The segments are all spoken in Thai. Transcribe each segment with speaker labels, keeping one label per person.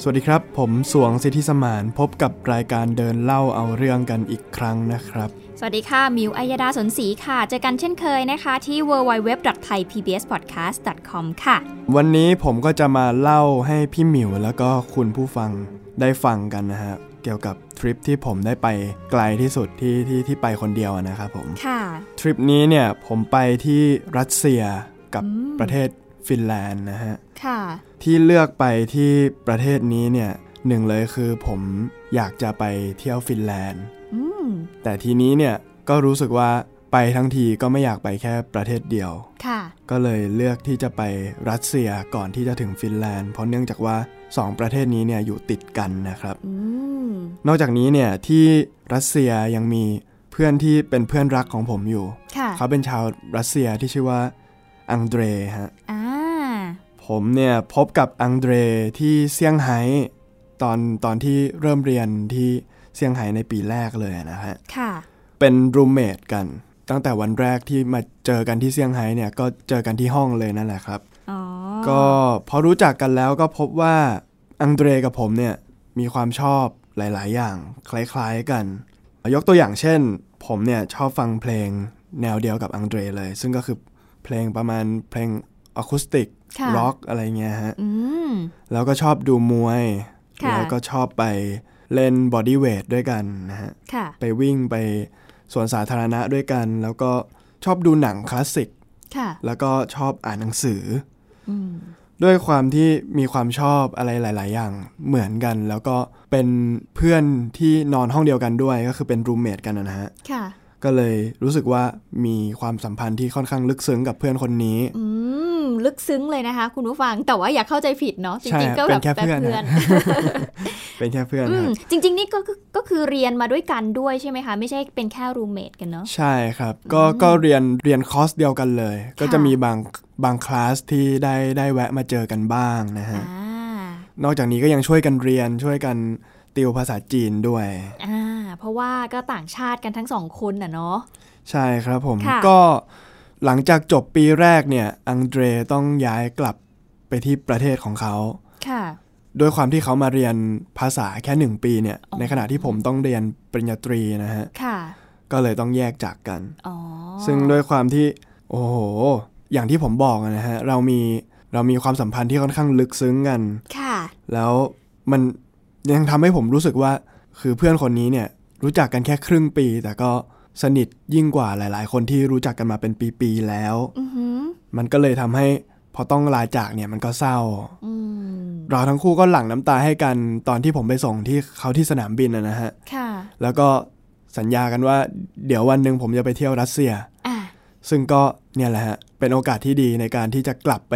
Speaker 1: สวัสดีครับ ผมสวงสิทธิสมานพบกับรายการเดินเล่าเอาเรื่องกันอีกครั้งนะครับ
Speaker 2: สวัสดีค่ะ มิวอัยดาสนศรีค่ะ เจอกันเช่นเคยนะคะที่ www.thaipbspodcast.com ค่ะ
Speaker 1: วันนี้ผมก็จะมาเล่าให้พี่หมิวแล้วก็คุณผู้ฟังได้ฟังกันนะฮะเกี่ยวกับทริปที่ผมได้ไปไกลที่สุดที่ที่ที่ไปคนเดียวอะนะครับผม
Speaker 2: ค่ะ
Speaker 1: ทริปนี้เนี่ยผมไปที่รัสเซียกับประเทศฟินแลนด์นะฮะ
Speaker 2: ค่ะ
Speaker 1: ที่เลือกไปที่ประเทศนี้เนี่ยหนึ่งเลยคือผมอยากจะไปเที่ยวฟินแลนด์
Speaker 2: อืม
Speaker 1: แต่ทีนี้เนี่ยก็รู้สึกว่าไปทั้งทีก็ไม่อยากไปแค่ประเทศเดียว
Speaker 2: ค่ะ
Speaker 1: ก็เลยเลือกที่จะไปรัสเซียก่อนที่จะถึงฟินแลนด์เพราะเนื่องจากว่า 2 ประเทศนี้เนี่ยอยู่ติดกันนะครับ
Speaker 2: อืม
Speaker 1: นอกจากนี้เนี่ยที่รัสเซียยังมีเพื่อนที่เป็นเพื่อนรักของผมอยู่
Speaker 2: ค่ะ
Speaker 1: เขาเป็นชาวรัสเซียที่ชื่อว่าอังเดรฮะ
Speaker 2: อ่า
Speaker 1: ผมเนี่ยพบกับอังเดรที่เซี่ยงไฮ้ตอนตอนที่เริ่มเรียนที่เซี่ยงไฮ้ในปีแรกเลยนะฮะ
Speaker 2: ค่ะ
Speaker 1: เป็นรูมเมทกัน ตั้งแต่วันแรกที่มาเจอกันที่เซี่ยงไฮ้เนี่ยก็เจอกันที่ห้องเลยนั่นแหละครับ
Speaker 2: อ๋อ
Speaker 1: ก็พอรู้จักกันแล้วก็พบว่าอังเดรกับผมเนี่ยมีความชอบหลาย ๆ อย่างคล้าย ๆ กัน ยกตัวอย่างเช่น ผมเนี่ยชอบฟังเพลงแนวเดียวกับอังเดรเลย ซึ่งก็คือเพลงประมาณเพลงอะคูสติก
Speaker 2: ค่ะ
Speaker 1: ร็อกอะไรเงี้ยฮะ
Speaker 2: อืม
Speaker 1: แล้วก็ชอบดูมวย
Speaker 2: ค่ะ
Speaker 1: แล้วก็ชอบไปเล่นบอดี้เวทด้วยกันนะฮะ
Speaker 2: ค่ะ
Speaker 1: ไปวิ่งไปสวนสาธารณะด้วยกัน แล้วก็ชอบดูหนังคลาสสิก
Speaker 2: ค่ะ
Speaker 1: แล้วก็ชอบอ่านหนังสือ
Speaker 2: อืม
Speaker 1: ด้วยความที่มีความชอบอะไรหลาย ๆ อย่างเหมือนกัน แล้วก็เป็นเพื่อนที่นอนห้องเดียวกันด้วยก็คือเป็นรูมเมทกันนะฮะ
Speaker 2: ค่ะ
Speaker 1: ก็เลยรู้สึกว่ามีความสัมพันธ์ที่ค่อนข้างลึกซึ้งกับเพื่อนคนนี้
Speaker 2: อืม ลึกซึ้งเลยนะคะ คุณผู้ฟัง แต่ว่าอย่าเข้าใจผิดเนาะ จ
Speaker 1: ใช่
Speaker 2: ริงๆ ก็
Speaker 1: เป็
Speaker 2: แบ
Speaker 1: น
Speaker 2: บ
Speaker 1: แค่
Speaker 2: แบบ
Speaker 1: เพื่อน
Speaker 2: เพื่อน
Speaker 1: ฮะ เป็นแค่เพื่อน
Speaker 2: อื
Speaker 1: ค
Speaker 2: ม
Speaker 1: รับ
Speaker 2: จริง ๆ นี่ก็คือก็คือเรียนมาด้วยกันด้วยใช่ไหมคะ ไม่ใช่เป็นแค่รูมเมทกันเนาะ
Speaker 1: ใช่ครับ ก็ก็เรียนเรียนคอร์สเดียวกันเลย ก็จะมีบางบางคลาสที่ได้ได้แวะมาเจอกันบ้างนะฮะ
Speaker 2: อ่า
Speaker 1: นอกจากนี้ก็ยังช่วยกันเรียนช่วยกันติวภาษาจีนด้วย
Speaker 2: อ่า เพราะว่าก็ต่างชาติกันทั้งสองคนน่ะเนาะ
Speaker 1: ใช่ครับผม
Speaker 2: ค่ะ
Speaker 1: ก็หลังจากจบปีแรกเนี่ยอังเดรต้องย้ายกลับไปที่ประเทศของเขา
Speaker 2: ค่ะ
Speaker 1: ด้วยความที่เขามาเรียนภาษาแค่หนึ่งปีเนี่ยในขณะที่ผมต้องเรียนปริญญาตรีนะฮะ
Speaker 2: ค่ะ
Speaker 1: ก็เลยต้องแยกจากกัน
Speaker 2: อ๋อ
Speaker 1: ซึ่งด้วยความที่โอ้โหอย่างที่ผมบอกอะนะฮะเรามีเรามีความสัมพันธ์ที่ค่อนข้างลึกซึ้งกัน
Speaker 2: ค่ะ
Speaker 1: แล้วมันยังทำให้ผมรู้สึกว่าคือเพื่อนคนนี้เนี่ยรู้จักกันแค่ครึ่งปี แต่ก็สนิทยิ่งกว่าหลาย ๆ คนที่รู้จักกันมาเป็นปีๆแล้ว
Speaker 2: อือหือ
Speaker 1: มันก็เลยทำให้พอต้องลาจากเนี่ยมันก็เศร้า
Speaker 2: อืม
Speaker 1: เราทั้งคู่ก็หลั่งน้ำตาให้กันตอนที่ผมไปส่งที่เขาที่สนามบินนะนะฮะ
Speaker 2: ค่ะ
Speaker 1: แล้วก็สัญญากันว่าเดี๋ยววันหนึ่งผมจะไปเที่ยวรัสเซีย
Speaker 2: อ่ะ
Speaker 1: ซึ่งก็เนี่ยแหละฮะเป็นโอกาสที่ดีในการที่จะกลับไป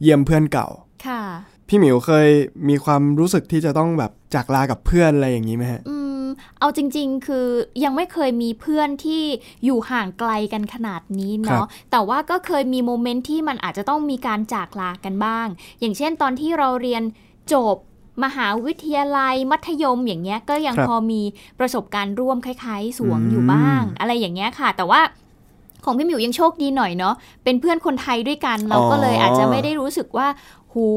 Speaker 1: เยี่ยมเพื่อนเก่า
Speaker 2: ค่ะ
Speaker 1: พี่หมิวเคยมีความรู้สึกที่จะต้องแบบจากลากับเพื่อนอะไรอย่างนี้ไหมฮะ
Speaker 2: อืม เอาจริง ๆ คือยังไม่เคยมีเพื่อนที่อยู่ห่างไกลกันขนาดนี้เนาะ แต่ว่าก็เคยมีโมเมนต์ที่มันอาจจะต้องมีการจากลากันบ้าง อย่างเช่นตอนที่เราเรียนจบมหาวิทยาลัยมัธยมอย่างเงี้ย ก็ยัง
Speaker 1: ครับ
Speaker 2: พอมีประสบการณ์ร่วมคล้ายๆ สวง
Speaker 1: อืม
Speaker 2: อยู่บ้าง อะไรอย่างเงี้ยค่ะ แต่ว่าของพี่หมิวยังโชคดีหน่อยเนาะ เป็นเพื่อนคนไทยด้วยกัน เราก็เลยอาจจะไม่ได้รู้สึกว่า หู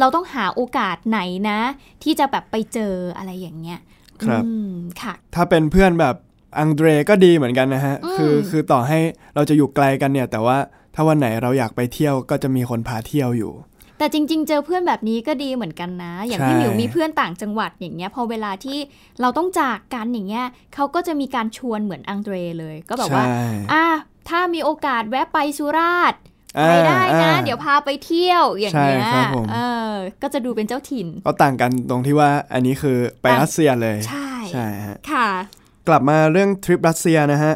Speaker 2: เราต้องหาโอกาสไหนนะ ที่จะแบบไปเจออะไรอย่างเงี้ย
Speaker 1: ครับ
Speaker 2: อืมค่ะ
Speaker 1: ถ้าเป็นเพื่อนแบบอังเดรก็ดีเหมือนกันนะฮะ
Speaker 2: อืม
Speaker 1: คือคือต่อให้เราจะอยู่ไกลกันเนี่ย แต่ว่าถ้าวันไหนเราอยากไปเที่ยวก็จะมีคนพาเที่ยวอยู่
Speaker 2: แต่จริง ๆ เจอเพื่อนแบบนี้ก็ดีเหมือนกันนะ อย่าง
Speaker 1: ใช่
Speaker 2: พี่หมิวมีเพื่อนต่างจังหวัดอย่างเงี้ย พอเวลาที่เราต้องจากกันอย่างเงี้ยเขาก็จะมีการชวนเหมือนอังเดรเลย ก็แบบว่า
Speaker 1: ใช่
Speaker 2: อ่ะถ้ามีโอกาสแวะไปสุราษฎร์
Speaker 1: อ่า
Speaker 2: ไปได้นะ
Speaker 1: อ่า
Speaker 2: เดี๋ยวพาไปเที่ยวอย่างเงี้ย
Speaker 1: ใช่ครับผม
Speaker 2: เออ ก็จะดูเป็นเจ้าถิ่น
Speaker 1: ก็ต่างกันตรงที่ว่าอันนี้คือไป
Speaker 2: ต่าง
Speaker 1: รัสเซียเลย
Speaker 2: ใช่
Speaker 1: ใช่ฮะ
Speaker 2: ค่ะ
Speaker 1: กลับมาเรื่องทริปรัสเซียนะฮะ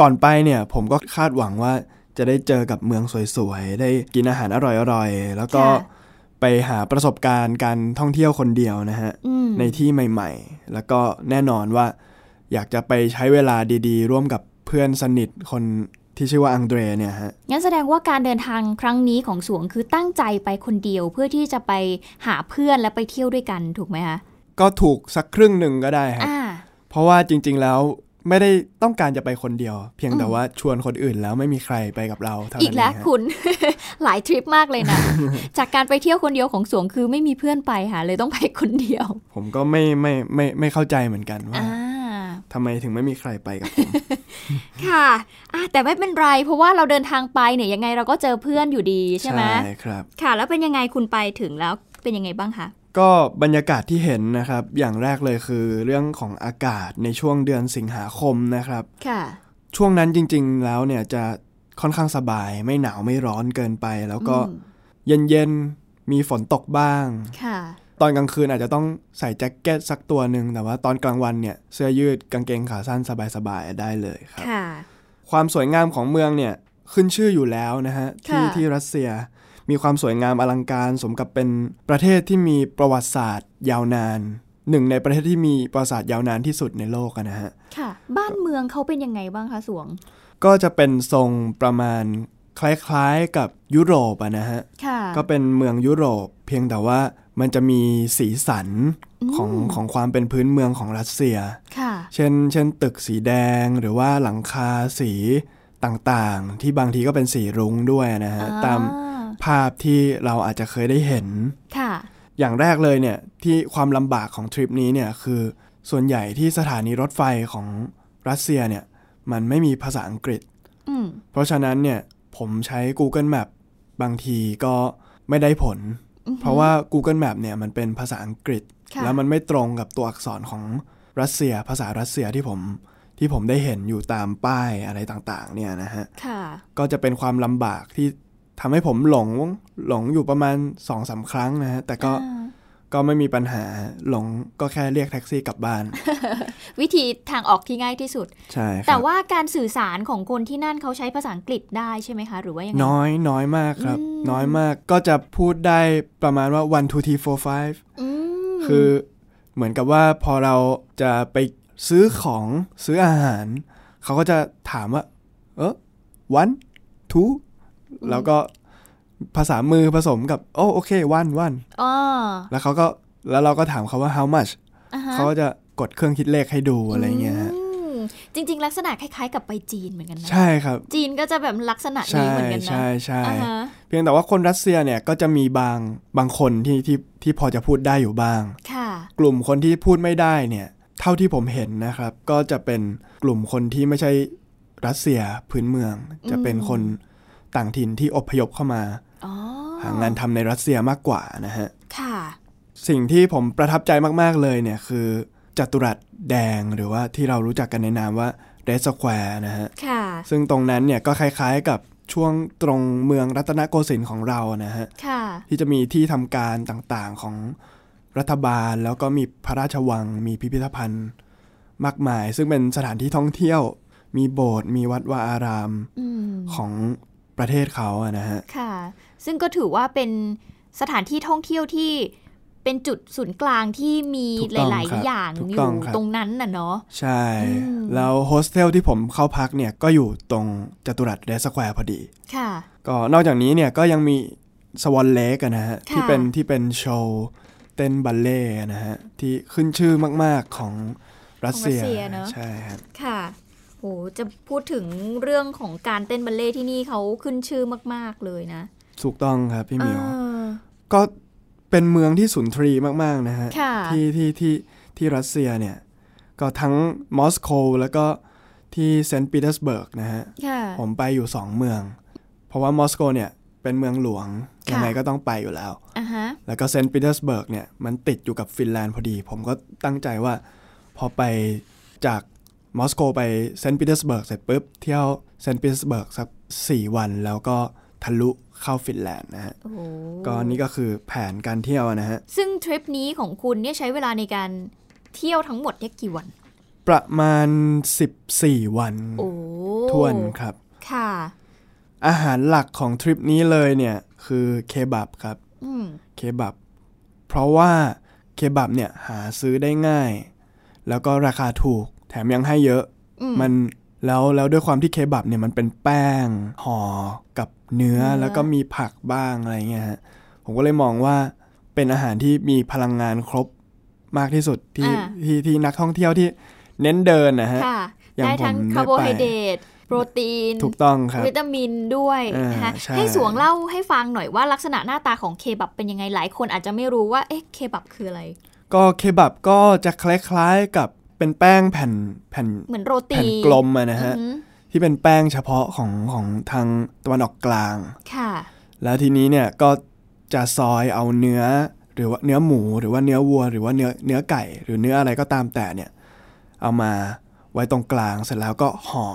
Speaker 1: ก่อนไปเนี่ยผมก็คาดหวังว่าจะได้เจอกับเมืองสวยๆ ได้กินอาหารอร่อยๆ แล้วก็
Speaker 2: ค่ะ
Speaker 1: ไปหาประสบการณ์การท่องเที่ยวคนเดียวนะฮะ
Speaker 2: อืม
Speaker 1: ในที่ใหม่ ๆ แล้วก็แน่นอนว่า อยากจะไปใช้เวลาดีๆ ร่วมกับเพื่อนสนิทคนที่ชื่อว่าอังเดรเนี่ยฮะ
Speaker 2: งั้นแสดงว่าการเดินทางครั้งนี้ของสวงคือตั้งใจไปคนเดียวเพื่อที่จะไปหาเพื่อนและไปเที่ยวด้วยกันถูกไหมคะ
Speaker 1: ก็ถูกสักครึ่งหนึ่งก็ได้ครับ
Speaker 2: อ่า
Speaker 1: เพราะว่าจริงๆแล้วไม่ได้ต้องการจะไปคนเดียว เพียงแต่ว่าชวนคนอื่นแล้วไม่มีใครไปกับเราเท่านั้น
Speaker 2: อีกแล้ว
Speaker 1: เงฮะ
Speaker 2: คุณ หลายทริปมากเลยนะ จากการไปเที่ยวคนเดียวของสวงคือไม่มีเพื่อนไปค่ะ เลยต้องไปคนเดียว
Speaker 1: ผมก็ไม่ไม่ไม่ไม่เข้าใจเหมือนกันว่า
Speaker 2: อ่า
Speaker 1: ทำไมถึงไม่มีใครไปกับผม
Speaker 2: ค่ะอ่ะ แต่ไม่เป็นไร เพราะว่าเราเดินทางไปเนี่ยยังไงเราก็เจอเพื่อนอยู่ดีใช่ไหม
Speaker 1: ครับ
Speaker 2: ค่ะ แล้วเป็นยังไงคุณไปถึงแล้วเป็นยังไงบ้างคะ
Speaker 1: ก็บรรยากาศที่เห็นนะครับ อย่างแรกเลยคือเรื่องของอากาศในช่วงเดือนสิงหาคมนะครับ
Speaker 2: ค่ะ
Speaker 1: ช่วงนั้นจริงๆแล้วเนี่ยจะค่อนข้างสบาย ไม่หนาวไม่ร้อนเกินไป แล้วก็
Speaker 2: อืม
Speaker 1: เย็นๆมีฝนตกบ้าง
Speaker 2: ค่ะ
Speaker 1: ตอนกลางคืนอาจจะต้องใส่แจ็คเก็ตสักตัวหนึ่งแต่ว่าตอนกลางวันเนี่ยเสื้อยืดกางเกงขาสั้นสบายๆได้เลยครับ
Speaker 2: ค่ะ
Speaker 1: ความสวยงามของเมืองเนี่ยขึ้นชื่ออยู่แล้วนะฮะที่
Speaker 2: ค่ะ
Speaker 1: ที่รัสเซียมีความสวยงามอลังการ สมกับเป็นประเทศที่มีประวัติศาสตร์ ยาวนาน หนึ่งในประเทศที่มีประวัติศาสตร์ยาวนานที่สุดในโลกอะนะฮะ
Speaker 2: ค่ะ บ้านเมืองเขาเป็นยังไงบ้างคะสวง
Speaker 1: ก็จะเป็นทรงประมาณคล้ายๆกับยุโรปอะนะฮะ
Speaker 2: ค่ะ
Speaker 1: ก็เป็นเมืองยุโรป เพียงแต่ว่ามันจะมีสีสันของ
Speaker 2: อืม
Speaker 1: ของความเป็นพื้นเมืองของรัสเซีย
Speaker 2: ค่ะ
Speaker 1: เช่น เช่น ตึกสีแดงหรือว่าหลังคาสีต่างๆ ที่บางทีก็เป็นสีรุ้งด้วยนะฮะ
Speaker 2: อ่า
Speaker 1: ตามภาพที่เราอาจจะเคยได้เห็น
Speaker 2: ค่ะ
Speaker 1: อย่างแรกเลยเนี่ยที่ความลำบากของทริปนี้เนี่ยคือส่วนใหญ่ที่สถานีรถไฟของรัสเซียเนี่ยมันไม่มีภาษาอังกฤษ
Speaker 2: อืม
Speaker 1: เพราะฉะนั้นเนี่ยผมใช้ Google Map บางทีก็ไม่ได้ผล
Speaker 2: อือหือ
Speaker 1: เพราะว่า Google Map เนี่ยมันเป็นภาษาอังกฤษ
Speaker 2: ค่ะ
Speaker 1: แล้วมันไม่ตรงกับตัวอักษรของรัสเซีย ภาษารัสเซียที่ผมที่ผมได้เห็นอยู่ตามป้ายอะไรต่างๆเนี่ยนะฮะ
Speaker 2: ค่ะ
Speaker 1: ก็จะเป็นความลำบากที่ทำให้ผมหลงหลงอยู่ประมาณ2อสาครั้งนะฮะ แต่ก็
Speaker 2: อ่า
Speaker 1: ก็ไม่มีปัญหาหลงก็แค่เรียกแท็กซี่กลับ บ้าน
Speaker 2: วิธีทางออกที่ง่ายที่สุด
Speaker 1: ใช่ค
Speaker 2: แต่
Speaker 1: รับ
Speaker 2: ว่าการสื่อสารของคนที่นั่นเขาใช้ภาษาอังกฤษได้ใช่ไหมคะ หรือว่ายังไง
Speaker 1: น้อยน้อยมากครับ
Speaker 2: อืม
Speaker 1: น้อยมากก็จะพูดได้ประมาณว่า one two three four five
Speaker 2: อืม
Speaker 1: คือเหมือนกับว่าพอเราจะไปซื้อของซื้ออาหาร เขาก็จะถามว่า เออ one two แล้วก็ภาษามือผสมกับ โอ้โอเค one one
Speaker 2: อ๋อ
Speaker 1: แล้วเขาก็แล้วเราก็ถามเขาว่า how much
Speaker 2: อ่าฮะ
Speaker 1: เขาก็จะกดเครื่องคิดเลขให้ดูอะไรเงี้ยฮะ
Speaker 2: อืมจริง ๆ ลักษณะคล้าย ๆ กับไปจีนเหมือนกันนะ
Speaker 1: ใช่ครับ
Speaker 2: จีนก็จะแบบลักษณะนี้
Speaker 1: ใช่
Speaker 2: เหมือนกันนะ
Speaker 1: ใช่ใช่
Speaker 2: อ่าฮะ
Speaker 1: เพียงแต่ว่าคนรัสเซียเนี่ยก็จะมีบางบางคนที่ที่ที่พอจะพูดได้อยู่บ้าง
Speaker 2: ค่ะ
Speaker 1: กลุ่มคนที่พูดไม่ได้เนี่ย เท่าที่ผมเห็นนะครับ ก็จะเป็นกลุ่มคนที่ไม่ใช่รัสเซียพื้นเมือง จะเป็นคนต่างถิ่นที่อพยพเข้ามา
Speaker 2: อ๋อ
Speaker 1: หางานทำในรัสเซียมากกว่านะฮะ
Speaker 2: ค่ะ
Speaker 1: สิ่งที่ผมประทับใจมาก ๆ เลยเนี่ยคือจัตุรัสแดงหรือว่าที่เรารู้จักกันในนามว่าเรสแควร์นะฮะ
Speaker 2: ค่ะ
Speaker 1: ซึ่งตรงนั้นเนี่ยก็คล้ายๆกับช่วงตรงเมืองรัตนโกสินทร์ของเรานะฮะ
Speaker 2: ค่ะ
Speaker 1: ที่จะมีที่ทำการต่างๆของรัฐบาล แล้วก็มีพระราชวัง มีพิพิธภัณฑ์มากมาย ซึ่งเป็นสถานที่ท่องเที่ยว มีโบสถ์มีวัดวาอาราม
Speaker 2: อืม
Speaker 1: ของประเทศเขาอะนะฮะ
Speaker 2: ค่ะ ซึ่งก็ถือว่าเป็นสถานที่ท่องเที่ยวที่เป็นจุดศูนย์กลางที่มี
Speaker 1: ถูก
Speaker 2: ห
Speaker 1: ต้อง
Speaker 2: ลาย
Speaker 1: ครับ
Speaker 2: ๆ อย่าง
Speaker 1: ถูก
Speaker 2: อ
Speaker 1: ต้
Speaker 2: ยู่
Speaker 1: องครับ
Speaker 2: ตรงนั้นน่ะเนาะ
Speaker 1: ใช่
Speaker 2: อืม
Speaker 1: แล้วโฮสเทลที่ผมเข้าพักเนี่ยก็อยู่ตรงจัตุรัสเดสแควร์พอดี
Speaker 2: ค่ะ
Speaker 1: ก็นอกจากนี้เนี่ยก็ยังมีสวอนเลกนะฮะ
Speaker 2: ค่ะ
Speaker 1: ที่เป็นที่เป็นโชว์เต้นบัลเล่ต์นะฮะ ที่ขึ้นชื่อมากๆของรัสเซีย
Speaker 2: เนอะ
Speaker 1: ใช่ครับ
Speaker 2: ค่ะโหจะพูดถึงเรื่องของการเต้นบัลเล่ต์ที่นี่เขาขึ้นชื่อมาก ๆ เลยนะ
Speaker 1: ถูกต้องครับพี่หมิว
Speaker 2: เออ
Speaker 1: ก็เป็นเมืองที่สุนทรีมาก ๆ นะฮะ
Speaker 2: ค่ะ
Speaker 1: ที่ที่ที่ที่รัสเซียเนี่ย ก็ทั้งมอสโกแล้วก็ที่เซนต์ปีเตอร์สเบิร์กนะฮะ
Speaker 2: ค่ะ
Speaker 1: ผมไปอยู่สองเมือง เพราะว่ามอสโกเนี่ยเป็นเมืองหลวง
Speaker 2: ค่ะ
Speaker 1: ยังไงก็ต้องไปอยู่แล้ว
Speaker 2: อ่ะฮะ
Speaker 1: แล้วก็เซนต์ปีเตอร์สเบิร์กเนี่ย มันติดอยู่กับฟินแลนด์พอดี ผมก็ตั้งใจว่า พอไปจากมอสโกไปเซนต์ปีเตอร์สเบิร์กเสร็จปุ๊บ เที่ยวเซนต์ปีเตอร์สเบิร์กสัก 4 วัน แล้วก็ทะลุเข้าฟินแลนด์นะฮะ
Speaker 2: โอ้โห
Speaker 1: ก็นี่ก็คือแผนการเที่ยวนะฮะ
Speaker 2: ซึ่งทริปนี้ของคุณเนี่ยใช้เวลาในการเที่ยวทั้งหมดเนี่ยกี่วัน
Speaker 1: ประมาณ 14 วัน
Speaker 2: โอ้
Speaker 1: ทวนครับ
Speaker 2: ค่ะ
Speaker 1: อาหารหลักของทริปนี้เลยเนี่ย คือเคบับครับ
Speaker 2: อืม
Speaker 1: เคบับ เพราะว่าเคบับเนี่ยหาซื้อได้ง่าย แล้วก็ราคาถูก แถมยังให้เยอะ
Speaker 2: อืม
Speaker 1: มันแล้วแล้วด้วยความที่เคบับเนี่ยมันเป็นแป้งห่อกับเนื้อ
Speaker 2: เนื้อ
Speaker 1: แล้วก็มีผักบ้างอะไรเงี้ยฮะผมก็เลยมองว่าเป็นอาหารที่มีพลังงานครบมากที่สุดที่ที่ที่นักท่องเที่ยวที่เน้นเดินนะฮะ
Speaker 2: ค่ะ
Speaker 1: อย่าง
Speaker 2: ได้ทั้ง
Speaker 1: ผมได้ไป
Speaker 2: คาร์โบไฮเดรตโปรตีน
Speaker 1: ถูกต้องครับ
Speaker 2: วิตามินด้วย
Speaker 1: อ่าน
Speaker 2: นะคะ
Speaker 1: ใช่
Speaker 2: ให้สวงเล่าให้ฟังหน่อยว่าลักษณะหน้าตาของเคบับเป็นยังไงหลายคนอาจจะไม่รู้ว่าเอ๊ะเคบับคืออะไร
Speaker 1: ก็เคบับก็จะคล้ายๆกับเป็นแป้งแผ่นแผ่น
Speaker 2: เหมือนโรตี
Speaker 1: แผ่นกลมอะนะฮะ
Speaker 2: อือหือ
Speaker 1: ที่เป็นแป้งเฉพาะของของทางตะวันออกกลาง
Speaker 2: ค่ะ
Speaker 1: แล้วทีนี้เนี่ยก็จะซอยเอาเนื้อหรือว่าเนื้อหมูหรือว่าเนื้อวัว หรือว่าเนื้อเนื้อไก่ หรือเนื้ออะไรก็ตามแต่เนี่ยเอามาไว้ตรงกลางเสร็จแล้วก็ห่อ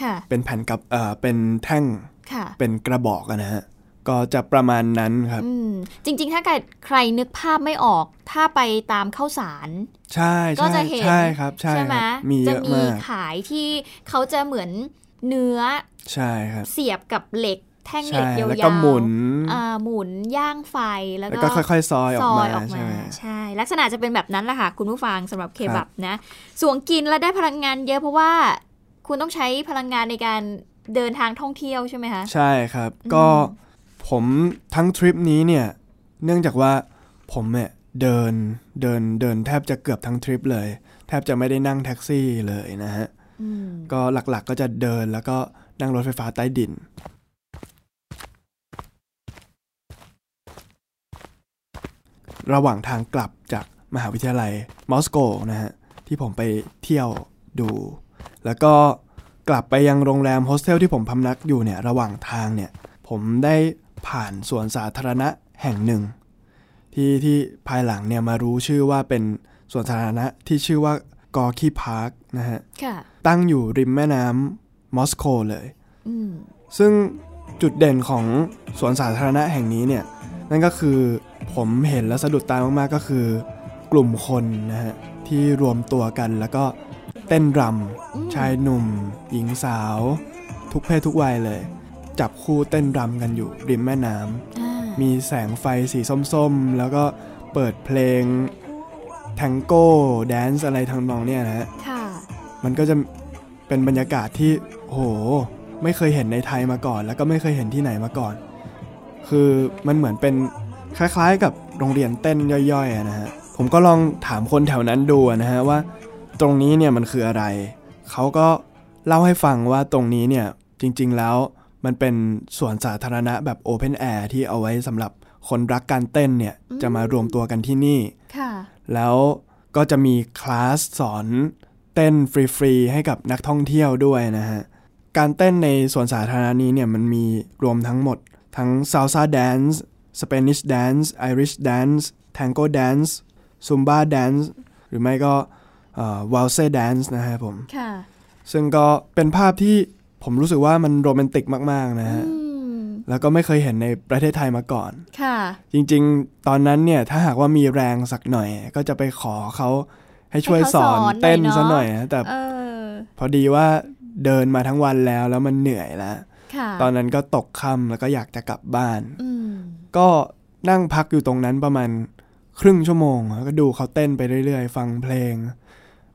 Speaker 2: ค่ะ
Speaker 1: เป็นแผ่นกับเอ่อเป็นแท่ง
Speaker 2: ค่ะ
Speaker 1: เป็นกระบอกอะนะฮะก็จะประมาณนั้นครับ
Speaker 2: อืม จริง ๆ ถ้าเกิดใครนึกภาพไม่ออก ถ้าไปตามข้าวสาร
Speaker 1: ใช่
Speaker 2: ก็
Speaker 1: ใช่
Speaker 2: จะเห็น
Speaker 1: ใช่ครับใช่
Speaker 2: ใช่
Speaker 1: ค
Speaker 2: ไหม
Speaker 1: รับมีเย
Speaker 2: จะ
Speaker 1: อะ
Speaker 2: มี
Speaker 1: มาก
Speaker 2: ขายที่เขาจะเหมือนเนื้อ
Speaker 1: ใช่ครับ
Speaker 2: เสียบกับเหล็กแท่งเห
Speaker 1: ใช่
Speaker 2: ล็กยาวๆ
Speaker 1: แล้วก็หมุน
Speaker 2: อ่าหมุนย่างไฟแล้ว
Speaker 1: แล้ว
Speaker 2: ก็
Speaker 1: ก็ค่อยๆ ซอยออกมา
Speaker 2: ซอยออก
Speaker 1: ใช่
Speaker 2: มา
Speaker 1: ไหม
Speaker 2: ใช่ ลักษณะจะเป็นแบบนั้นแหละค่ะ คุณผู้ฟังสำหรับเค
Speaker 1: ครับ
Speaker 2: ั
Speaker 1: บ
Speaker 2: บนะสวงกินแล้วได้พลังงานเยอะเพราะว่า คุณต้องใช้พลังงานในการเดินทางท่องเที่ยวใช่ไหมคะ
Speaker 1: ใช่ครับ ก็ผมทั้งทริปนี้เนี่ย เนื่องจากว่าผมเนี่ยเดินเดินเดินแทบจะเกือบทั้งทริปเลย แทบจะไม่ได้นั่งแท็กซี่เลยนะฮะ
Speaker 2: อืม
Speaker 1: ก็หลักๆก็จะเดินแล้วก็นั่งรถไฟฟ้าใต้ดิน ระหว่างทางกลับจากมหาวิทยาลัยมอสโกนะฮะ ที่ผมไปเที่ยวดู แล้วก็กลับไปยังโรงแรมโฮสเทลที่ผมพำนักอยู่เนี่ย ระหว่างทางเนี่ย ผมได้ผ่านสวนสาธารณะแห่งหนึ่ง ที่ที่ภายหลังเนี่ยมารู้ชื่อว่าเป็นสวนสาธารณะที่ชื่อว่ากอคีพาร์คนะฮะ
Speaker 2: ค่ะ
Speaker 1: ตั้งอยู่ริมแม่น้ำมอสโกเลย
Speaker 2: อืม
Speaker 1: ซึ่งจุดเด่นของสวนสาธารณะแห่งนี้เนี่ย นั่นก็คือผมเห็นและสะดุดตามากๆก็คือกลุ่มคนนะฮะ ที่รวมตัวกันแล้วก็เต้นร
Speaker 2: อืม
Speaker 1: ำชายหนุ่ม หญิงสาว ทุกเพศทุกวัยเลย จับคู่เต้นรำกันอยู่ริมแม่น้ำ
Speaker 2: อ่า
Speaker 1: มีแสงไฟสีส้มๆ แล้วก็เปิดเพลงแทงโก้แดนซ์อะไรทางนองเนี่ยนะฮะ
Speaker 2: ค่ะ
Speaker 1: มันก็จะเป็นบรรยากาศที่โอ้โห ไม่เคยเห็นในไทยมาก่อน แล้วก็ไม่เคยเห็นที่ไหนมาก่อน คือมันเหมือนเป็นคล้ายๆ กับโรงเรียนเต้นย่อยๆอะนะฮะผมก็ลองถามคนแถวนั้นดูอะนะฮะว่า ตรงนี้เนี่ยมันคืออะไร เขาก็เล่าให้ฟังว่าตรงนี้เนี่ยจริงๆแล้วมันเป็นสวนสาธารณะแบบโอเพนแอร์ที่เอาไว้สำหรับคนรักการเต้นเนี่ยจะมารวมตัวกันที่นี่
Speaker 2: ค่ะ
Speaker 1: แล้วก็จะมีคลาสสอนเต้นฟรีๆให้กับนักท่องเที่ยวด้วยนะฮะ การเต้นในสวนสาธารณะนี้เนี่ยมันมีรวมทั้งหมด ทั้ง salsa dance Spanish dance Irish dance tango dance zumba dance หรือไม่ก็เอ่อ waltz dance นะฮะผม
Speaker 2: ค่ะ
Speaker 1: ซึ่งก็เป็นภาพที่ผมรู้สึกว่ามันโรแมนติกมากๆนะฮะ
Speaker 2: อืม
Speaker 1: แล้วก็ไม่เคยเห็นในประเทศไทยมาก่อน
Speaker 2: ค่ะ
Speaker 1: จริงๆ ตอนนั้นเนี่ยถ้าหากว่ามีแรงสักหน่อย ก็จะไปขอเขาให้ช่วย
Speaker 2: ให้
Speaker 1: ส
Speaker 2: เขา
Speaker 1: อ
Speaker 2: สอน น
Speaker 1: เต้น
Speaker 2: หน่อยเนอะ
Speaker 1: ซะหน่อยนะแต่
Speaker 2: เออ
Speaker 1: พอดีว่าเดินมาทั้งวันแล้วแล้วมันเหนื่อยแล้ว
Speaker 2: ค่ะ
Speaker 1: ตอนนั้นก็ตกค่ำแล้วก็อยากจะกลับบ้าน
Speaker 2: อืม
Speaker 1: ก็นั่งพักอยู่ตรงนั้นประมาณครึ่งชั่วโมงแล้วก็ดูเขาเต้นไปเรื่อยๆ ฟังเพลง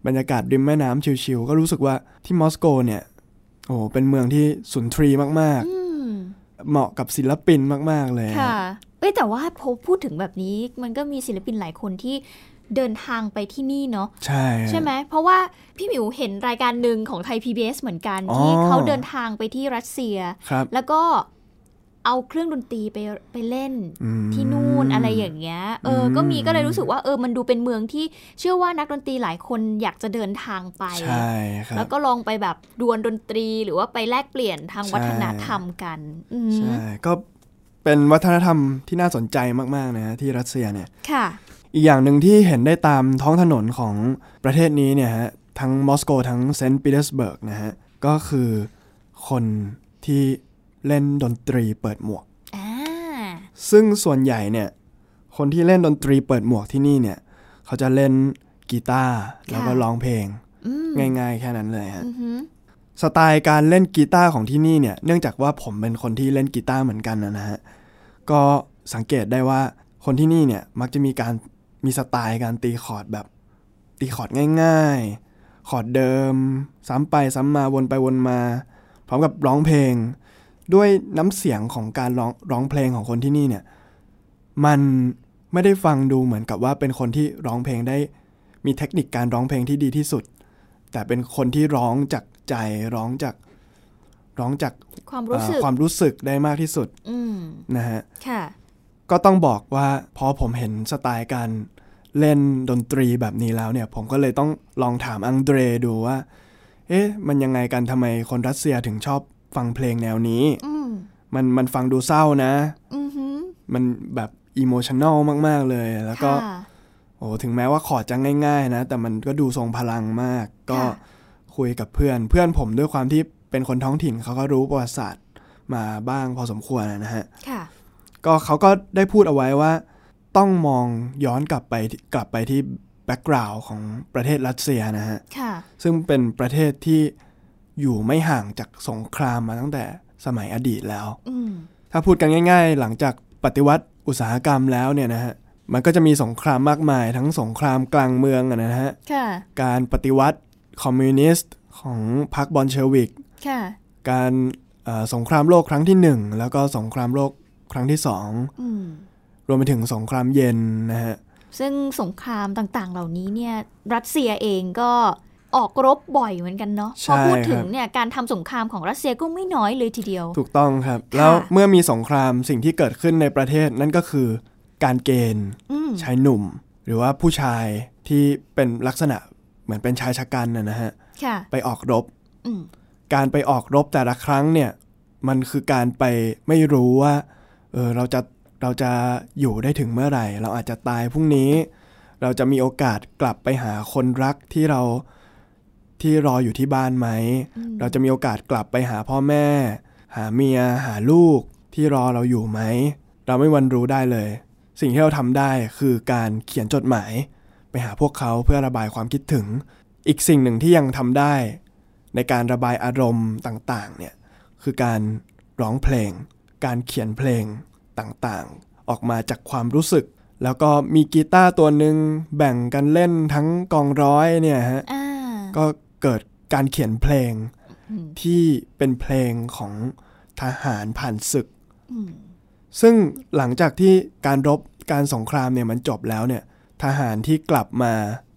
Speaker 1: บรรยากาศริมแม่น้ำชิวๆก็รู้สึกว่าที่มอสโกเนี่ยโอ้โหเป็นเมืองที่สุนทรีมาก
Speaker 2: อืม
Speaker 1: ๆ เหมาะกับศิลปินมากๆเลย
Speaker 2: ค่ะ เอ้ยแต่ว่าพอพูดถึงแบบนี้มันก็มีศิลปินหลายคนที่เดินทางไปที่นี่เนาะ
Speaker 1: ใช่ฮะ
Speaker 2: ใช่ไหม เพราะว่าพี่หมิวเห็นรายการหนึ่งของไทย PBS เหมือนกัน
Speaker 1: อ๋อ
Speaker 2: ที่เขาเดินทางไปที่รัสเซีย
Speaker 1: ครับ
Speaker 2: แล้วก็เอาเครื่องดนตรีไปไปเล่น
Speaker 1: อืม
Speaker 2: ที่นู่นอะไรอย่างเงี้ย เออ
Speaker 1: อืม
Speaker 2: ก็มีก็เลยรู้สึกว่าเออ มันดูเป็นเมืองที่เชื่อว่านักดนตรีหลายคนอยากจะเดินทางไป
Speaker 1: ใช่ครั
Speaker 2: แล้ว
Speaker 1: บ
Speaker 2: ก็ลองไปแบบดวลดนตรีหรือว่าไปแลกเปลี่ยนทางวัฒนธรรมกัน อืม
Speaker 1: ใช่ ก็เป็นวัฒนธรรมที่น่าสนใจมาก ๆ นะฮะที่รัสเซียเนี่ย
Speaker 2: ค่ะ
Speaker 1: อีกอย่างหนึ่งที่เห็นได้ตามท้องถนนของประเทศนี้เนี่ยฮะ ทั้งมอสโกทั้งเซนต์ปีเตอร์สเบิร์กนะฮะ ก็คือคนที่เล่นดนตรีเปิดหมวก
Speaker 2: อ่า
Speaker 1: ซึ่งส่วนใหญ่เนี่ย คนที่เล่นดนตรีเปิดหมวกที่นี่เนี่ย เขาจะเล่นกีตาร์แล้วก็
Speaker 2: ค่ะ
Speaker 1: ร้องเพลง
Speaker 2: อืม
Speaker 1: ง่าย ๆ แค่นั้นเลยฮะ
Speaker 2: อือหือ
Speaker 1: สไตล์การเล่นกีตาร์ของที่นี่เนี่ย เนื่องจากว่าผมเป็นคนที่เล่นกีตาร์เหมือนกันนะนะฮะ ก็สังเกตได้ว่า คนที่นี่เนี่ยมักจะมีการมีสไตล์การตีคอร์ดแบบ ตีคอร์ดง่ายๆ คอร์ดเดิม ซ้ำไปซ้ำมาวนไปวนมา พร้อมกับร้องเพลง ด้วยน้ำเสียงของการร้องร้องเพลงของคนที่นี่เนี่ยมันไม่ได้ฟังดูเหมือนกับว่าเป็นคนที่ร้องเพลงได้ มีเทคนิคการร้องเพลงที่ดีที่สุด แต่เป็นคนที่ร้องจากใจร้องจากร้องจาก
Speaker 2: ความรู้สึ
Speaker 1: เอ่
Speaker 2: ก
Speaker 1: อความรู้สึกได้มากที่สุด
Speaker 2: อืม
Speaker 1: นะฮะ
Speaker 2: ค่ะ
Speaker 1: ก็ต้องบอกว่าพอผมเห็นสไตล์การเล่นดนตรีแบบนี้แล้วเนี่ย ผมก็เลยต้องลองถามอังเดรดูว่า เอ๊ะ มันยังไงกันทำไมคนรัสเซียถึงชอบฟังเพลงแนวนี้
Speaker 2: อืม
Speaker 1: มันมันฟังดูเศร้านะ
Speaker 2: อือหือ
Speaker 1: มันแบบอิโมชันแนลมาก ๆ เลย แล้วก็
Speaker 2: ค่ะ
Speaker 1: โอ้ถึงแม้ว่าขอร์ดจะง่าย ๆ นะ แต่มันก็ดูทรงพลังมาก ก็
Speaker 2: ค่ะ
Speaker 1: คุยกับเพื่อน เพื่อนผมด้วยความที่เป็นคนท้องถิ่นเขาก็รู้ประวัติศาสตร์มาบ้างพอสมควรนะฮะ
Speaker 2: ค่ะ
Speaker 1: ก็เขาก็ได้พูดเอาไว้ว่า ต้องมองย้อนกลับไปที่กลับไปที่แบ็กกราวด์ของประเทศรัสเซียนะฮะ
Speaker 2: ค่ะ
Speaker 1: ซึ่งเป็นประเทศที่อยู่ไม่ห่างจากสงครามมาตั้งแต่สมัยอดีตแล้ว
Speaker 2: อืม
Speaker 1: ถ้าพูดกันง่าย ๆ หลังจากปฏิวัติอุตสาหกรรมแล้วเนี่ยนะฮะ มันก็จะมีสงครามมากมาย ทั้งสงครามกลางเมืองอะนะฮะ
Speaker 2: ค่ะ
Speaker 1: การปฏิวัติคอมมิวนิสต์ของพรรคบอลเชวิก
Speaker 2: ค่ะ
Speaker 1: การเอ่อสงครามโลกครั้งที่หนึ่งแล้วก็สงครามโลกครั้งที่สอง
Speaker 2: อืม
Speaker 1: รวมไปถึงสงครามเย็นนะฮะ
Speaker 2: ซึ่งสงครามต่างๆ เหล่านี้เนี่ย รัสเซียเองก็ออกรบบ่อยเหมือนกันเนาะ
Speaker 1: ใช่
Speaker 2: พอพูดถึ
Speaker 1: ค
Speaker 2: ง
Speaker 1: รับ
Speaker 2: เนี่ยการทำสงครามของรัสเซียก็ไม่น้อยเลยทีเดียว
Speaker 1: ถูกต้องครับ แล้วเมื่อมีสงครามสิ่งที่เกิดขึ้นในประเทศนั่นก็คือการเกณฑ์
Speaker 2: อืม
Speaker 1: ชายหนุ่ม หรือว่าผู้ชายที่เป็นลักษณะเหมือนเป็นชายชะกันนะนะฮะ
Speaker 2: ค่ะ
Speaker 1: ไปออกรบ
Speaker 2: อืม
Speaker 1: การไปออกรบแต่ละครั้งเนี่ยมันคือการไปไม่รู้ว่าเออเราจะเราจะอยู่ได้ถึงเมื่อไหร่ เราอาจจะตายพรุ่งนี้ เราจะมีโอกาสกลับไปหาคนรักที่เราที่รออยู่ที่บ้านไหม
Speaker 2: อืม
Speaker 1: เราจะมีโอกาสกลับไปหาพ่อแม่ หาเมียหาลูกที่รอเราอยู่ไหม เราไม่วันรู้ได้เลย สิ่งที่เราทำได้คือการเขียนจดหมาย ไปหาพวกเขาเพื่อระบายความคิดถึง อีกสิ่งหนึ่งที่ยังทำได้ ในการระบายอารมณ์ต่างๆเนี่ยคือการร้องเพลง การเขียนเพลงต่างๆ ออกมาจากความรู้สึก แล้วก็มีกีตาร์ตัวหนึ่งแบ่งกันเล่นทั้งกองร้อยเนี่ยฮะ
Speaker 2: อ่า
Speaker 1: ก็เกิดการเขียนเพลง
Speaker 2: อืม
Speaker 1: ที่เป็นเพลงของทหารผ่านศึก
Speaker 2: อืม
Speaker 1: ซึ่งหลังจากที่การรบการสงครามเนี่ยมันจบแล้วเนี่ยทหารที่กลับมา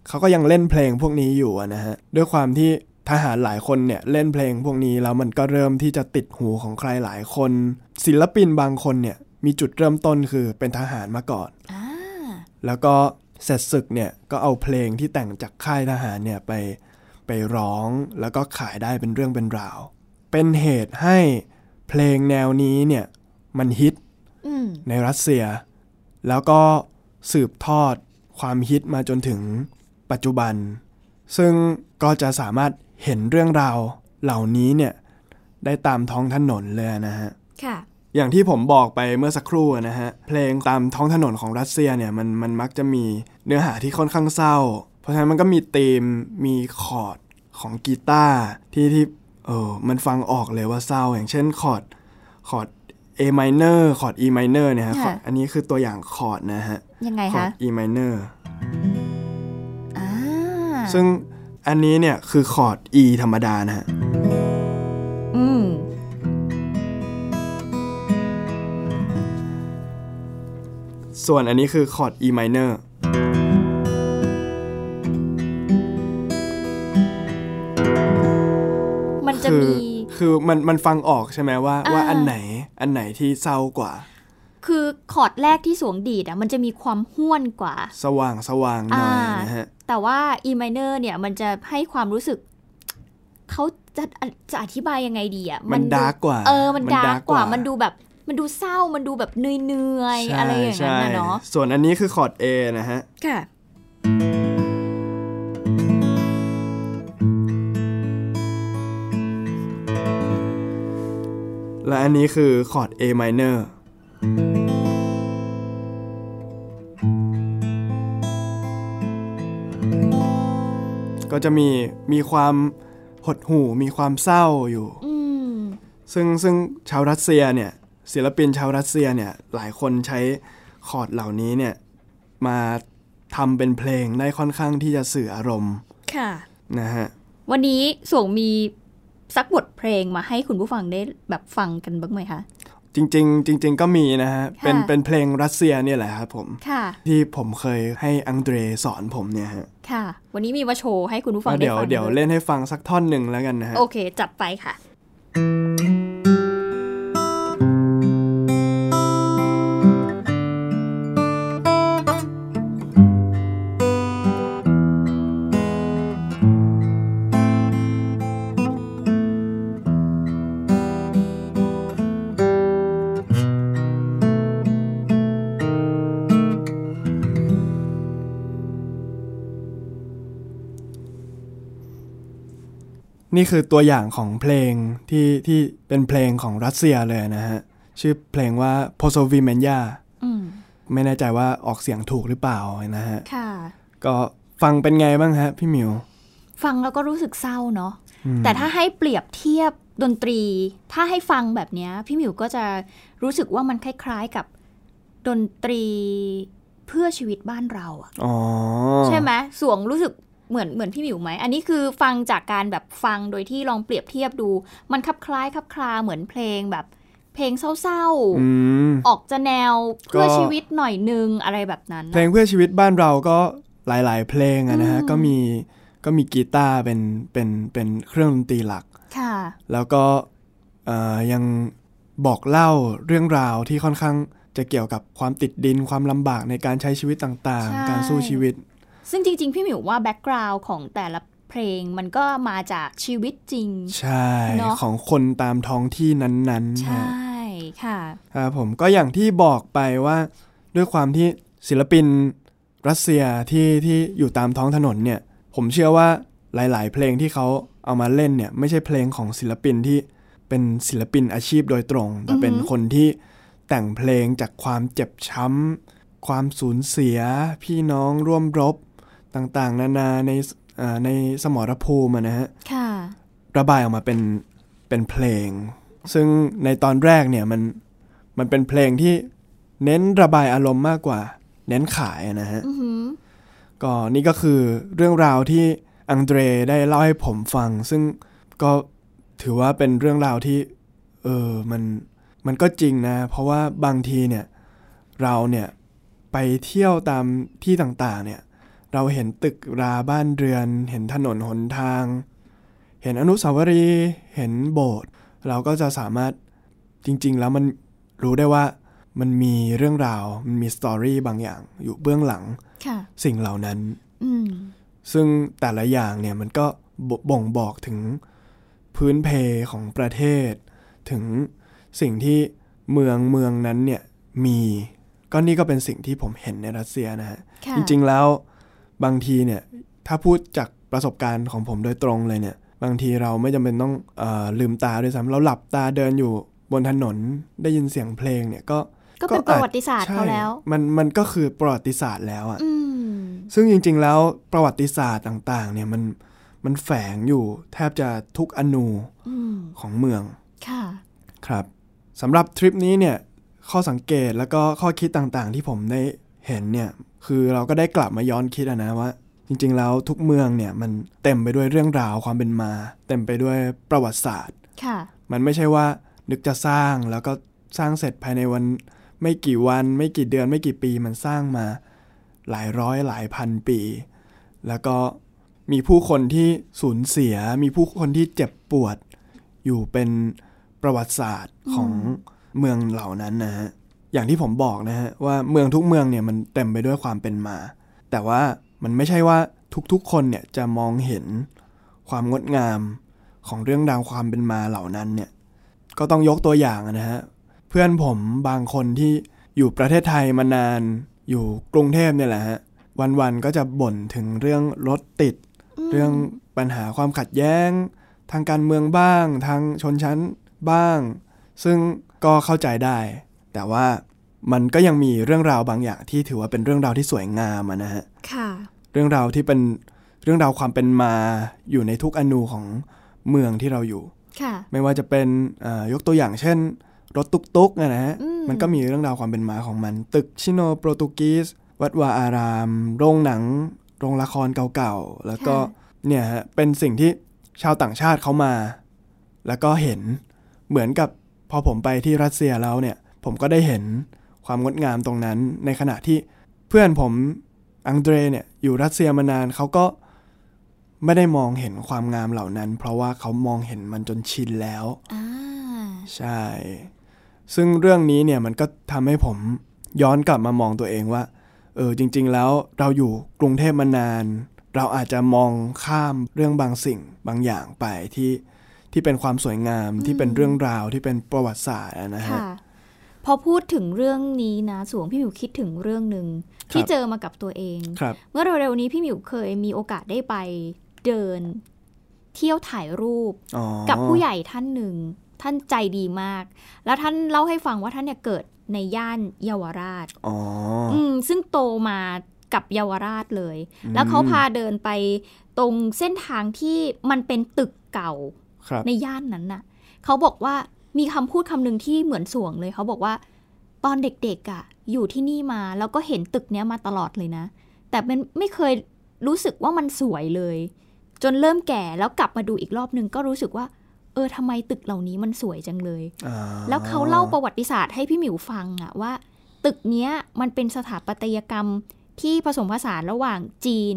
Speaker 1: เขาก็ยังเล่นเพลงพวกนี้อยู่อะนะฮะด้วยความที่ทหารหลายคนเนี่ยเล่นเพลงพวกนี้แล้วมันก็เริ่มที่จะติดหูของใครหลายคน ศิลปินบางคนเนี่ยมีจุดเริ่มต้นคือเป็นทหารมาก่อน
Speaker 2: อ่า
Speaker 1: แล้วก็เสร็จศึกเนี่ยก็เอาเพลงที่แต่งจากค่ายทหารเนี่ยไปไปร้องแล้วก็ขายได้เป็นเรื่องเป็นราว เป็นเหตุให้เพลงแนวนี้เนี่ยมันฮิต
Speaker 2: อืม
Speaker 1: ในรัสเซีย แล้วก็สืบทอดความฮิตมาจนถึงปัจจุบัน ซึ่งก็จะสามารถเห็นเรื่องราวเหล่านี้เนี่ยได้ตามท้องถนนเลยนะฮะ
Speaker 2: ค่ะ
Speaker 1: อย่างที่ผมบอกไปเมื่อสักครู่อะนะฮะ เพลงตามท้องถนนของรัสเซียเนี่ยมันมันมักจะมีเนื้อหาที่ค่อนข้างเศร้า เพราะฉะนั้นมันก็มีธีมมีคอร์ดของกีตาร์ที่ที่เออมันฟังออกเลยว่าเศร้า อย่างเช่นคอร์ดคอร์ด A minor คอร์ด E minor เนี่ยฮะ
Speaker 2: ค่ะ
Speaker 1: คอร์ดอันนี้คือตัวอย่างคอร์ดนะฮะ
Speaker 2: ยังไง
Speaker 1: คอร์
Speaker 2: คะ
Speaker 1: ด E minor
Speaker 2: อ่า
Speaker 1: ซึ่งอันนี้เนี่ยคือคอร์ด E ธรรมดานะฮะ
Speaker 2: อืม
Speaker 1: ส่วนอันนี้คือคอร์ด E minor
Speaker 2: มันจะ
Speaker 1: คือ
Speaker 2: มี
Speaker 1: คือมันมันฟังออกใช่ไหมว่า
Speaker 2: อ่า
Speaker 1: ว่าอันไหนอันไหนที่เศร้ากว่า
Speaker 2: คือคอร์ดแรกที่สวงดีดอ่ะ มันจะมีความห้วนกว่า
Speaker 1: สว่างสว่างหน่อยนะฮะ
Speaker 2: แต่ว่า E minor เนี่ยมันจะให้ความรู้สึก เขาจะจะอธิบายยังไงดีอ่ะ
Speaker 1: มันดาร์กกว่า
Speaker 2: เออ มัน
Speaker 1: มัน
Speaker 2: ดา
Speaker 1: ดาร์
Speaker 2: ร์
Speaker 1: ก
Speaker 2: กกว่า
Speaker 1: กว่ามั
Speaker 2: มันดูแบบ มันดูเศร้า มันดูแบบเหนื่อยๆ อะไรอย่างนั้นนะเนาะ
Speaker 1: ส่วนอันนี้คือคอร์ด A นะฮะ
Speaker 2: ค่ะ
Speaker 1: และอันนี้คือคอร์ด A minor ก็จะมีมีความหดหู่มีความเศร้าอยู่
Speaker 2: อืม
Speaker 1: ซึ่งซึ่งชาวรัสเซียเนี่ยศิลปินชาวรัสเซียเนี่ยหลายคนใช้ คอร์ดเหล่านี้เนี่ยมาทำเป็นเพลงได้ค่อนข้างที่จะสื่ออารมณ์
Speaker 2: ค่ะ
Speaker 1: นะฮะ
Speaker 2: วันนี้สวงมีสักบทเพลงมาให้คุณผู้ฟังได้แบบฟังกันบ้างไหมคะ
Speaker 1: จริง ๆ จริง ๆ ก็มีนะฮะ เป็น
Speaker 2: ค่ะ
Speaker 1: เป็นเพลงรัสเซียเนี่ยแหละครับผม
Speaker 2: ค่ะ
Speaker 1: ที่ผมเคยให้อังเดรสอนผมเนี่ยฮะ
Speaker 2: ค่ะ วันนี้มีมาโชว์ให้คุณผู้ฟัง
Speaker 1: ก็
Speaker 2: ได้
Speaker 1: เดี๋ยว
Speaker 2: ฟัง
Speaker 1: เดี๋ยว
Speaker 2: ด้วย
Speaker 1: เล่นให้ฟังสักท่อนหนึ่งแล้วกันนะฮะ
Speaker 2: โอเค จัดไปค่ะ
Speaker 1: นี่คือตัวอย่างของเพลงที่ที่เป็นเพลงของรัสเซียเลยนะฮะ ชื่อเพลงว่า p o s o v i m e n y a
Speaker 2: อืม
Speaker 1: ไม่แน่ใจว่าออกเสียงถูกหรือเปล่านะฮะ
Speaker 2: ค่ะ
Speaker 1: ก็ฟังเป็นไงบ้างฮะพี่หมิว
Speaker 2: ฟังแล้วก็รู้สึกเศร้าเนาะ
Speaker 1: อืม
Speaker 2: แต่ถ้าให้เปรียบเทียบดนตรี ถ้าให้ฟังแบบเนี้ย พี่หมิวก็จะรู้สึกว่ามันคล้ายๆกับดนตรีเพื่อชีวิตบ้านเราอะ
Speaker 1: อ๋อ
Speaker 2: ใช่ไหมสวงรู้สึกเหมือนเหมือนพี่หมิวไหม อันนี้คือฟังจากการแบบฟังโดยที่ลองเปรียบเทียบดู มันคลับคล้ายคลับคลาเหมือนเพลงแบบเพลงเศร้า
Speaker 1: อืม
Speaker 2: ๆ ออกจะแนวเพื่อ
Speaker 1: ก็
Speaker 2: ชีวิตหน่อยนึงอะไรแบบนั้น
Speaker 1: เพลงเพื่อชีวิตบ้านเราก็หลาย ๆ เพลงอะนะฮะ ก็มีก็มีกีตาร์เป็นเป็นเป็นเครื่องดนตรีหลัก
Speaker 2: ค่ะ
Speaker 1: แล้วก็เอ่อยังบอกเล่าเรื่องราวที่ค่อนข้างจะเกี่ยวกับความติดดินความลำบากในการใช้ชีวิตต่าง
Speaker 2: ใช่
Speaker 1: ๆ การสู้ชีวิต
Speaker 2: ซึ่งจริง ๆ พี่หมิวว่าแบ็กกราวน์ของแต่ละเพลงมันก็มาจากชีวิตจริง
Speaker 1: ใช่
Speaker 2: เนอะ
Speaker 1: ของคนตามท้องที่นั้นๆ
Speaker 2: ใช
Speaker 1: นะ
Speaker 2: ่ค่ะ
Speaker 1: ครับผมก็อย่างที่บอกไปว่าด้วยความที่ศิลปินรัสเซียที่ที่อยู่ตามท้องถนนเนี่ย ผมเชื่อว่าหลาย ๆ เพลงที่เขาเอามาเล่นเนี่ย ไม่ใช่เพลงของศิลปินที่เป็นศิลปินอาชีพโดยตรง แต่เป็นคนที่แต่งเพลงจากความเจ็บช้ำ ความสูญเสีย พี่น้องร่วมรบต่างๆ นานาในเอ่อในสมรภูมิอะนะฮะ
Speaker 2: ค่ะ
Speaker 1: ระบายออกมาเป็นเป็นเพลง ซึ่งในตอนแรกเนี่ยมันมันเป็นเพลงที่เน้นระบายอารมณ์มากกว่า เน้นขายอะนะฮะ
Speaker 2: อือหือ
Speaker 1: ก็นี่ก็คือเรื่องราวที่อังเดรได้เล่าให้ผมฟัง ซึ่งก็ถือว่าเป็นเรื่องราวที่ เออมันมันก็จริงนะ เพราะว่าบางทีเนี่ย เราเนี่ย ไปเที่ยวตามที่ต่างๆ เนี่ย เราเห็นตึกราบ้านเรือน เห็นถนนหนทาง เห็นอนุสาวรีย์เห็นโบสถ์เราก็จะสามารถจริง ๆ แล้วมันรู้ได้ว่ามันมีเรื่องราวมันมีสตอรี่บางอย่าง อยู่เบื้องหลัง
Speaker 2: ค่ะ
Speaker 1: สิ่งเหล่านั้น
Speaker 2: อืม
Speaker 1: ซึ่งแต่ละอย่างเนี่ยมันก็บบ่งบอกถึงพื้นเพของประเทศ ถึงสิ่งที่เมืองเมืองนั้นเนี่ยมี ก็นี่ก็เป็นสิ่งที่ผมเห็นในรัสเซียนะฮะ
Speaker 2: ค่ะ
Speaker 1: จริงๆแล้วบางทีเนี่ยถ้าพูดจากประสบการณ์ของผมโดยตรงเลยเนี่ย บางทีเราไม่จำเป็นต้องเออลืมตาด้วยซ้ำเราหลับตาเดินอยู่บนถนนได้ยินเสียงเพลงเนี่ยก็
Speaker 2: ก็เป็นป
Speaker 1: อาจ
Speaker 2: ระวัติศาสตร์เขา
Speaker 1: ใช่
Speaker 2: แล้ว
Speaker 1: มันมันก็คือประวัติศาสตร์แล้วอะ
Speaker 2: อืม
Speaker 1: ซึ่งจริง ๆ แล้วประวัติศาสตร์ต่าง ๆ เนี่ยมันมันแฝงอยู่แทบจะทุกอนู
Speaker 2: อืม
Speaker 1: ของเมือง
Speaker 2: ค่ะ
Speaker 1: ครับสำหรับทริปนี้เนี่ยข้อสังเกตแล้วก็ข้อคิดต่างๆ ที่ผมได้เห็นเนี่ยคือเราก็ได้กลับมาย้อนคิดอะนะว่า จริง ๆ แล้วทุกเมืองเนี่ยมันเต็มไปด้วยเรื่องราวความเป็นมา เต็มไปด้วยประวัติศาสตร์
Speaker 2: ค่ะ
Speaker 1: มันไม่ใช่ว่านึกจะสร้างแล้วก็สร้างเสร็จภายในวัน ไม่กี่วันไม่กี่เดือนไม่กี่ปีมันสร้างมาหลายร้อยหลายพันปี แล้วก็มีผู้คนที่สูญเสีย มีผู้คนที่เจ็บปวด อยู่เป็นประวัติศาสตร์ของเมืองเหล่านั้นนะฮะอย่างที่ผมบอกนะฮะว่าเมืองทุกเมืองเนี่ยมันเต็มไปด้วยความเป็นมา แต่ว่ามันไม่ใช่ว่าทุกๆคนเนี่ยจะมองเห็นความงดงาม ของเรื่องราวความเป็นมาเหล่านั้นเนี่ย ก็ต้องยกตัวอย่างนะฮะ เพื่อนผมบางคนที่อยู่ประเทศไทยมานาน อยู่กรุงเทพเนี่ยแหละฮะ วันๆก็จะบ่นถึงเรื่องรถติด เรื่องปัญหาความขัดแย้ง ทางการเมืองบ้าง ทางชนชั้นบ้าง ซึ่งก็เข้าใจได้ แต่ว่ามันก็ยังมีเรื่องราวบางอย่างที่ถือว่าเป็นเรื่องราวที่สวยงามอะนะฮะ
Speaker 2: ค่ะ
Speaker 1: เรื่องราวที่เป็นเรื่องราวความเป็นมาอยู่ในทุกอนูของเมืองที่เราอยู่
Speaker 2: ค่ะ
Speaker 1: ไม่ว่าจะเป็นเอ่อยกตัวอย่างเช่น รถตุกๆนะฮะ
Speaker 2: อืม
Speaker 1: มันก็มีเรื่องราวความเป็นมาของมัน ตึกชิโนโปรตุกีสวัดวาอาราม โรงหนัง โรงละครเก่าๆ แล้วก็
Speaker 2: ค่ะ
Speaker 1: เนี่ยฮะเป็นสิ่งที่ชาวต่างชาติเขามา แล้วก็เห็นเหมือนกับพอผมไปที่รัสเซียแล้วเนี่ย ผมก็ได้เห็นความงดงามตรงนั้น ในขณะที่เพื่อนผมอังเดรเนี่ยอยู่รัสเซียมานานเขาก็ไม่ได้มองเห็นความงามเหล่านั้น เพราะว่าเขามองเห็นมันจนชินแล้ว
Speaker 2: อ่า
Speaker 1: ใช่ ซึ่งเรื่องนี้เนี่ยมันก็ทำให้ผมย้อนกลับมามองตัวเองว่า เออจริง ๆ แล้วเราอยู่กรุงเทพมานาน เราอาจจะมองข้ามเรื่องบางสิ่งบางอย่างไปที่ที่เป็นความสวยงามที่เป็นเรื่องราวที่เป็นประวัติศาสตร์อะนะฮะ
Speaker 2: ค่ะ พอพูดถึงเรื่องนี้นะสวงพี่หมิวคิดถึงเรื่องหนึ่ง
Speaker 1: ครับ
Speaker 2: ที่เจอมากับตัวเอง
Speaker 1: ครับ
Speaker 2: เมื่อเร็วๆนี้พี่หมิวเคยมีโอกาสได้ไปเดิน เที่ยวถ่ายรูป
Speaker 1: อ๋อ
Speaker 2: กับผู้ใหญ่ท่านหนึ่ง ท่านใจดีมาก แล้วท่านเล่าให้ฟังว่าท่านเนี่ยเกิดในย่านเยาวราช
Speaker 1: อ๋อ
Speaker 2: อืมซึ่งโตมากับเยาวราชเลย แล้วเขาพาเดินไปตรงเส้นทางที่มันเป็นตึกเก่า
Speaker 1: ครับ
Speaker 2: ในย่านนั้นน่ะ เขาบอกว่ามีคำพูดคำหนึ่งที่เหมือนสวงเลย เขาบอกว่า ตอนเด็กๆอะ่ะ อยู่ที่นี่มาแล้วก็เห็นตึกเนี้ยมาตลอดเลยนะ แต่มันไม่เคยรู้สึกว่ามันสวยเลย จนเริ่มแก่แล้วกลับมาดูอีกรอบหนึงก็รู้สึกว่า เออทำไมตึกเหล่านี้มันสวยจังเลย
Speaker 1: อ๋อ
Speaker 2: แล้วเขาเล่าประวัติศาสตร์ให้พี่หมิวฟังอะว่า ตึกเนี้ยมันเป็นสถาปัตยกรรมที่ผสมผสานระหว่างจีน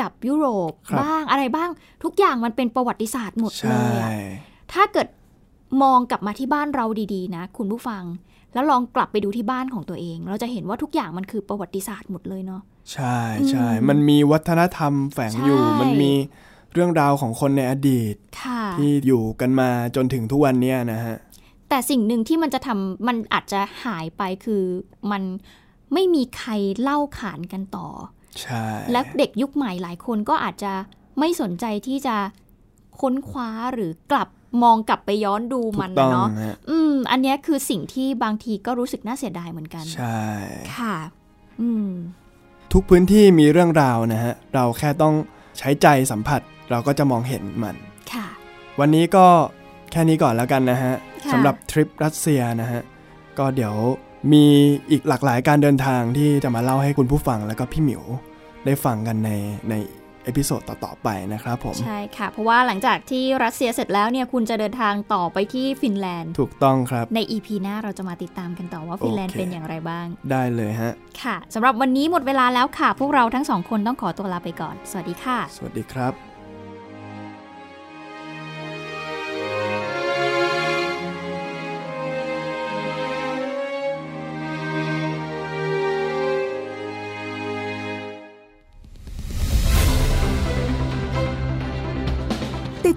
Speaker 2: กับยุโรป
Speaker 1: ครับ
Speaker 2: บ้างอะไรบ้าง ทุกอย่างมันเป็นประวัติศาสตร์หมดเล
Speaker 1: ใช่
Speaker 2: ยอะถ้าเกิดมองกลับมาที่บ้านเราดีๆ นะ คุณผู้ฟัง แล้วลองกลับไปดูที่บ้านของตัวเอง เราจะเห็นว่าทุกอย่างมันคือประวัติศาสตร์หมดเลยเนาะ
Speaker 1: ใช่ใช่
Speaker 2: อืม
Speaker 1: มันมีวัฒนธรรมแฝงอยู่
Speaker 2: ใช่
Speaker 1: มันมีเรื่องราวของคนในอดีต
Speaker 2: ค่ะ
Speaker 1: ที่อยู่กันมาจนถึงทุกวันเนี้ยนะฮะ
Speaker 2: แต่สิ่งหนึ่งที่มันจะทำมันอาจจะหายไปคือมันไม่มีใครเล่าขานกันต่อ
Speaker 1: ใช่
Speaker 2: และเด็กยุคใหม่หลายคนก็อาจจะไม่สนใจที่จะค้นคว้าหรือกลับมองกลับไปย้อนดู
Speaker 1: ถู
Speaker 2: มัน
Speaker 1: กต้อง
Speaker 2: นะเนาะ
Speaker 1: ฮะ
Speaker 2: อืม อันเนี้ยคือสิ่งที่บางทีก็รู้สึกน่าเสียดายเหมือนกัน
Speaker 1: ใช่
Speaker 2: ค่ะ อืม
Speaker 1: ทุกพื้นที่มีเรื่องราวนะฮะ เราแค่ต้องใช้ใจสัมผัสเราก็จะมองเห็นมัน
Speaker 2: ค่ะ
Speaker 1: วันนี้ก็แค่นี้ก่อนแล้วกันนะฮะ
Speaker 2: ค่ะ
Speaker 1: สำหรับทริปรัสเซียนะฮะ ก็เดี๋ยวมีอีกหลากหลายการเดินทางที่จะมาเล่าให้คุณผู้ฟังแล้วก็พี่หมิวได้ฟังกันในในเอพิโซดต่อๆไปนะครับผม
Speaker 2: ใช่ค่ะ เพราะว่าหลังจากที่รัสเซียเสร็จแล้วเนี่ยคุณจะเดินทางต่อไปที่ฟินแลนด์
Speaker 1: ถูกต้องครับ
Speaker 2: ใน EP หน้าเราจะมาติดตามกันต่อว่าฟินแลนด์
Speaker 1: โอเค
Speaker 2: เป็นอย่างไรบ้าง
Speaker 1: ได้เลยฮะ
Speaker 2: ค่ะสำหรับวันนี้หมดเวลาแล้วค่ะ พวกเราทั้งสองคนต้องขอตัวลาไปก่อน สวัสดีค่ะ
Speaker 1: สวัสดีครับ
Speaker 3: ติด